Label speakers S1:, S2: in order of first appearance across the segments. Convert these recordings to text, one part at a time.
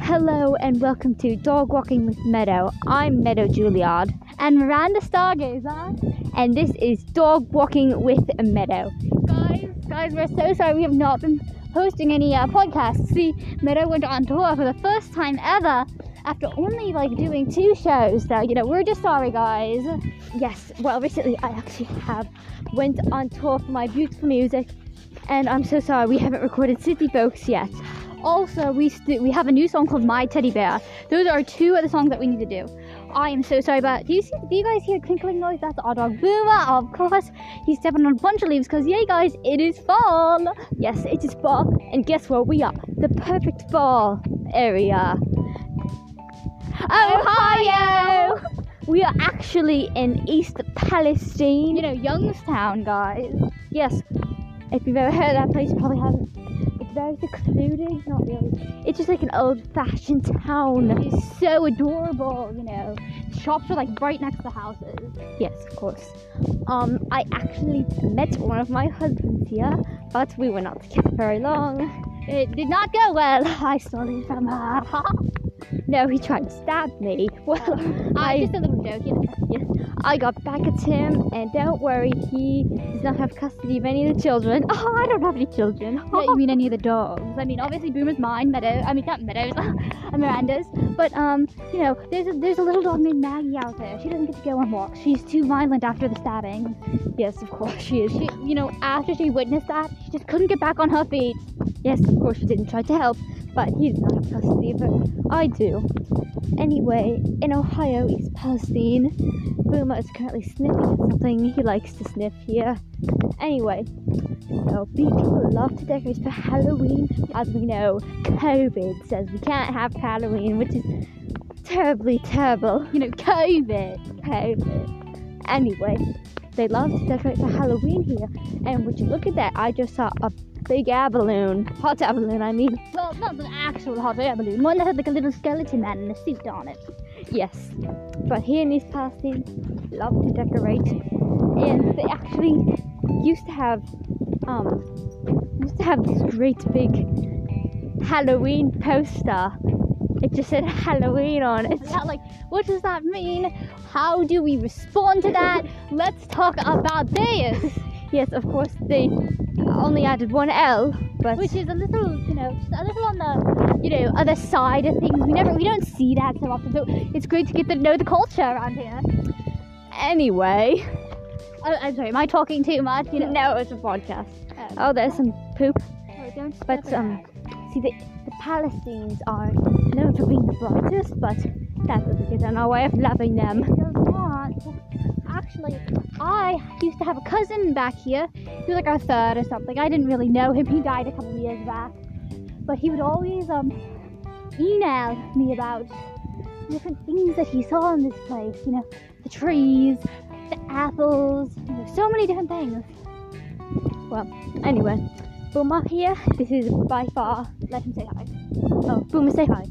S1: Hello and welcome to Dog Walking with Meadow. I'm Meadow Juilliard,
S2: and Miranda Stargazer.
S1: and this is Dog Walking with Meadow.
S2: Guys, guys, we're so sorry we have not been hosting any uh, podcasts. See, Meadow went on tour for the first time ever after only like doing two shows. So you know, we're just sorry, guys.
S1: Yes, well, recently I actually have went on tour for my beautiful music, and I'm so sorry we haven't recorded City Folks yet.
S2: Also, we st- we have a new song called My Teddy Bear. Those are two of the songs that we need to do. I am so sorry, but do you see? Do you guys hear a crinkling noise? That's our dog Boomer. Of course, he's stepping on a bunch of leaves because yay, guys, it is fall.
S1: Yes, it is fall, and guess what? We are the perfect fall area.
S2: Ohio.
S1: We are actually in East Palestine.
S2: You know, Youngstown, guys.
S1: Yes. If you've ever heard of that place, you probably haven't. It's very secluded, not really. It's just like an old fashioned town.
S2: It's so adorable, you know. Shops are like right next to the houses.
S1: Yes, of course. Um, I actually met one of my husbands here, but we were not together very long.
S2: It did not go well. I stole it from her.
S1: No, he tried to stab me. Well, I
S2: I Ah, just a little joke, you know.
S1: I got back at him, and don't worry, he does not have custody of any of the children. Oh, I don't have any children.
S2: Not you mean any of the dogs. I mean, obviously Boomer's mine, Meadow. I mean, not Meadow's, uh, Miranda's. But um, you know, there's a, there's a little dog named Maggie out there. She doesn't get to go on walks. She's too violent after the stabbing.
S1: Yes, of course she is.
S2: She, you know, after she witnessed that, she just couldn't get back on her feet.
S1: Yes, of course, she didn't try to help, but he did not have custody of her. I do. Anyway, in Ohio, East Palestine, Boomer is currently sniffing at something he likes to sniff here. Anyway, so people love to decorate for Halloween. As we know, COVID says we can't have Halloween, which is terribly terrible.
S2: You know, COVID.
S1: COVID. Anyway, they love to decorate for Halloween here, and would you look at that? I just saw a big air balloon, hot air balloon, I mean.
S2: Well, not an actual hot air balloon. One that had like a little skeleton man in a suit on it.
S1: Yes, but here in East Palestine, love to decorate, and they actually used to have, um, used to have this great big Halloween poster. It just said Halloween on it.
S2: It's not like, what does that mean? How do we respond to that? Let's talk about this,
S1: Yes, of course they only added one L, but
S2: which is a little, you know, just a little on the, you know, other side of things. We never, we don't see that so often. So it's great to get to know the culture around here.
S1: anyway,
S2: I, I'm sorry, am I talking too much? You know,
S1: no, it's a podcast.
S2: Um,
S1: Oh, there's some poop.
S2: sorry, don't step
S1: But
S2: on
S1: um,
S2: that.
S1: see the the Palestinians are known for being the brightest, but that doesn't get in our way of loving them.
S2: Because, uh, Actually, I used to have a cousin back here. He was like our third or something. I didn't really know him. He died a couple of years back. But he would always um, email me about different things that he saw in this place. You know, the trees, the apples, you know, so many different things.
S1: Anyway, Boomer here. This is by far.
S2: Let him say hi.
S1: Oh, Boomer, say hi.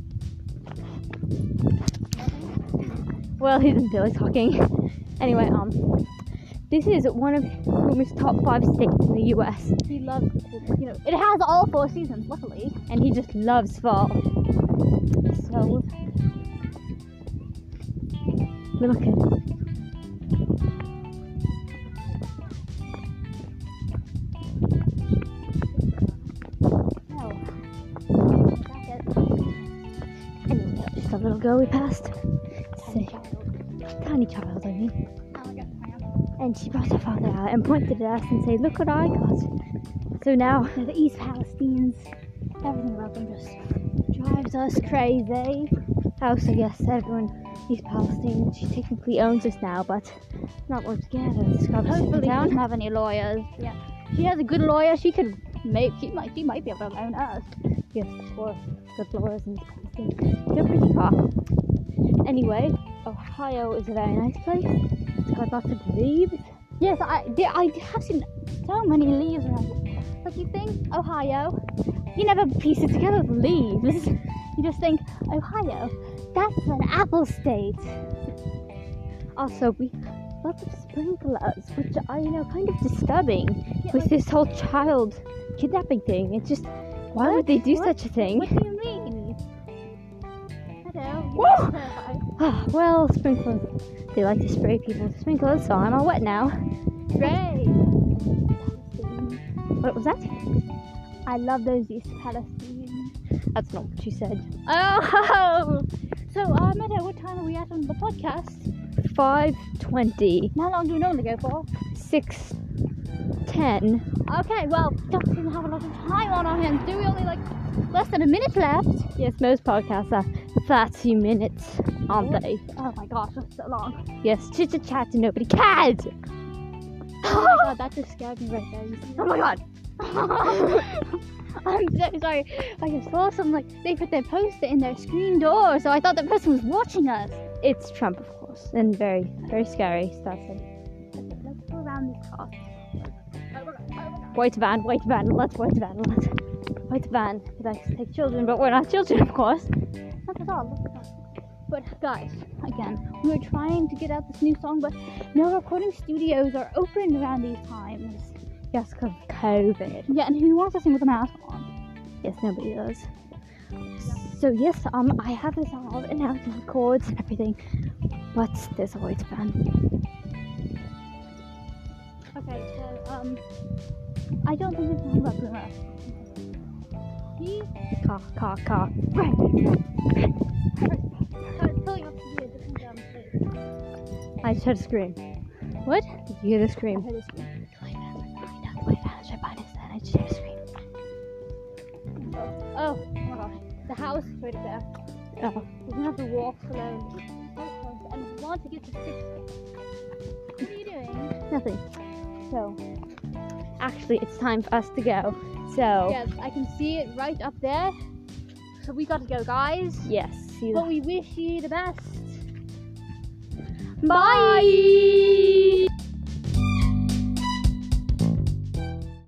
S1: Well, he doesn't feel like talking. Anyway, um, this is one of Boomer's top five states in the U.S.,
S2: He loves, you know, it has all four seasons, luckily.
S1: and he just loves fall. So, look at Oh.
S2: No. That's
S1: anyway, just a little girl we passed. Say,
S2: it.
S1: tiny child, I mean.
S2: Oh my God.
S1: And she brought her father out and pointed at us and said, Look what I got. So now,
S2: know, the East Palestinians, everything about them just drives us crazy.
S1: also, yes, everyone, East Palestine, she technically owns us now, but not altogether. It's got to sit
S2: Hopefully, she
S1: down.
S2: doesn't have any lawyers. Yeah, she has a good lawyer. She could make. She might. She might be able to own us.
S1: Yes, of course. Good lawyers in East Palestine. They're pretty far. Anyway, Ohio is a very nice place. It's got lots of leaves.
S2: Yes, I. There, I have seen so many leaves around. here. Like you think Ohio, you never piece it together with leaves. You just think Ohio, that's an apple state.
S1: Also, we lots of sprinklers, which are, you know, kind of disturbing.
S2: Yeah,
S1: with
S2: like,
S1: this whole child kidnapping thing. It's just, why would
S2: What?
S1: they do
S2: What?
S1: such a thing?
S2: What do you mean? Woo!
S1: Ah, well, sprinklers. They like to spray people with sprinklers, so I'm all wet now.
S2: Great.
S1: What was that?
S2: I love those East Palestinians.
S1: That's not what you said.
S2: Oh! So, uh, Meadow, what time are we at on the podcast?
S1: 520,
S2: And How long do we normally go for?
S1: 610.
S2: Okay, well, don't seem to have a lot of time on our hands. Do we only like less than a minute left?
S1: Yes, most podcasts are 30 minutes, aren't they?
S2: Oh my gosh, that's so long.
S1: Yes, chit chat and nobody cares!
S2: Oh my god, that just scared me right there. You see
S1: Oh my god!
S2: that? I'm so sorry. I just saw some like they put their poster in their screen door, so I thought the person was watching us.
S1: It's Trump, of course, and very, very scary stuff.
S2: Okay, let's go around this car.
S1: White van, white van, let's white van, let's. White van. He likes to take children, but we're not children, of course.
S2: Not at all. Look at us. But guys, again, we were trying to get out this new song, but no recording studios are open around these times.
S1: Yes, because of COVID.
S2: Yeah, and who wants to sing with a mask on?
S1: Yes, nobody does. So yes, um, I have this out and out and chords and everything, but there's always band.
S2: Okay, so um, I don't think this is about Boomer. He
S1: Car, car, car.
S2: started filling up to be a different um, place.
S1: I just heard a scream.
S2: What?
S1: Did you hear the scream?
S2: Okay, this one.
S1: I just heard a scream.
S2: Oh, my gosh. The house is right there.
S1: Oh.
S2: We're gonna have to walk slowly. And we want to get to six. What are you doing?
S1: Nothing.
S2: So,
S1: Actually, it's time for us to go. So
S2: yes, I can see it right up there. So we gotta go, guys.
S1: yes, see you.
S2: But we wish you the best.
S1: Bye.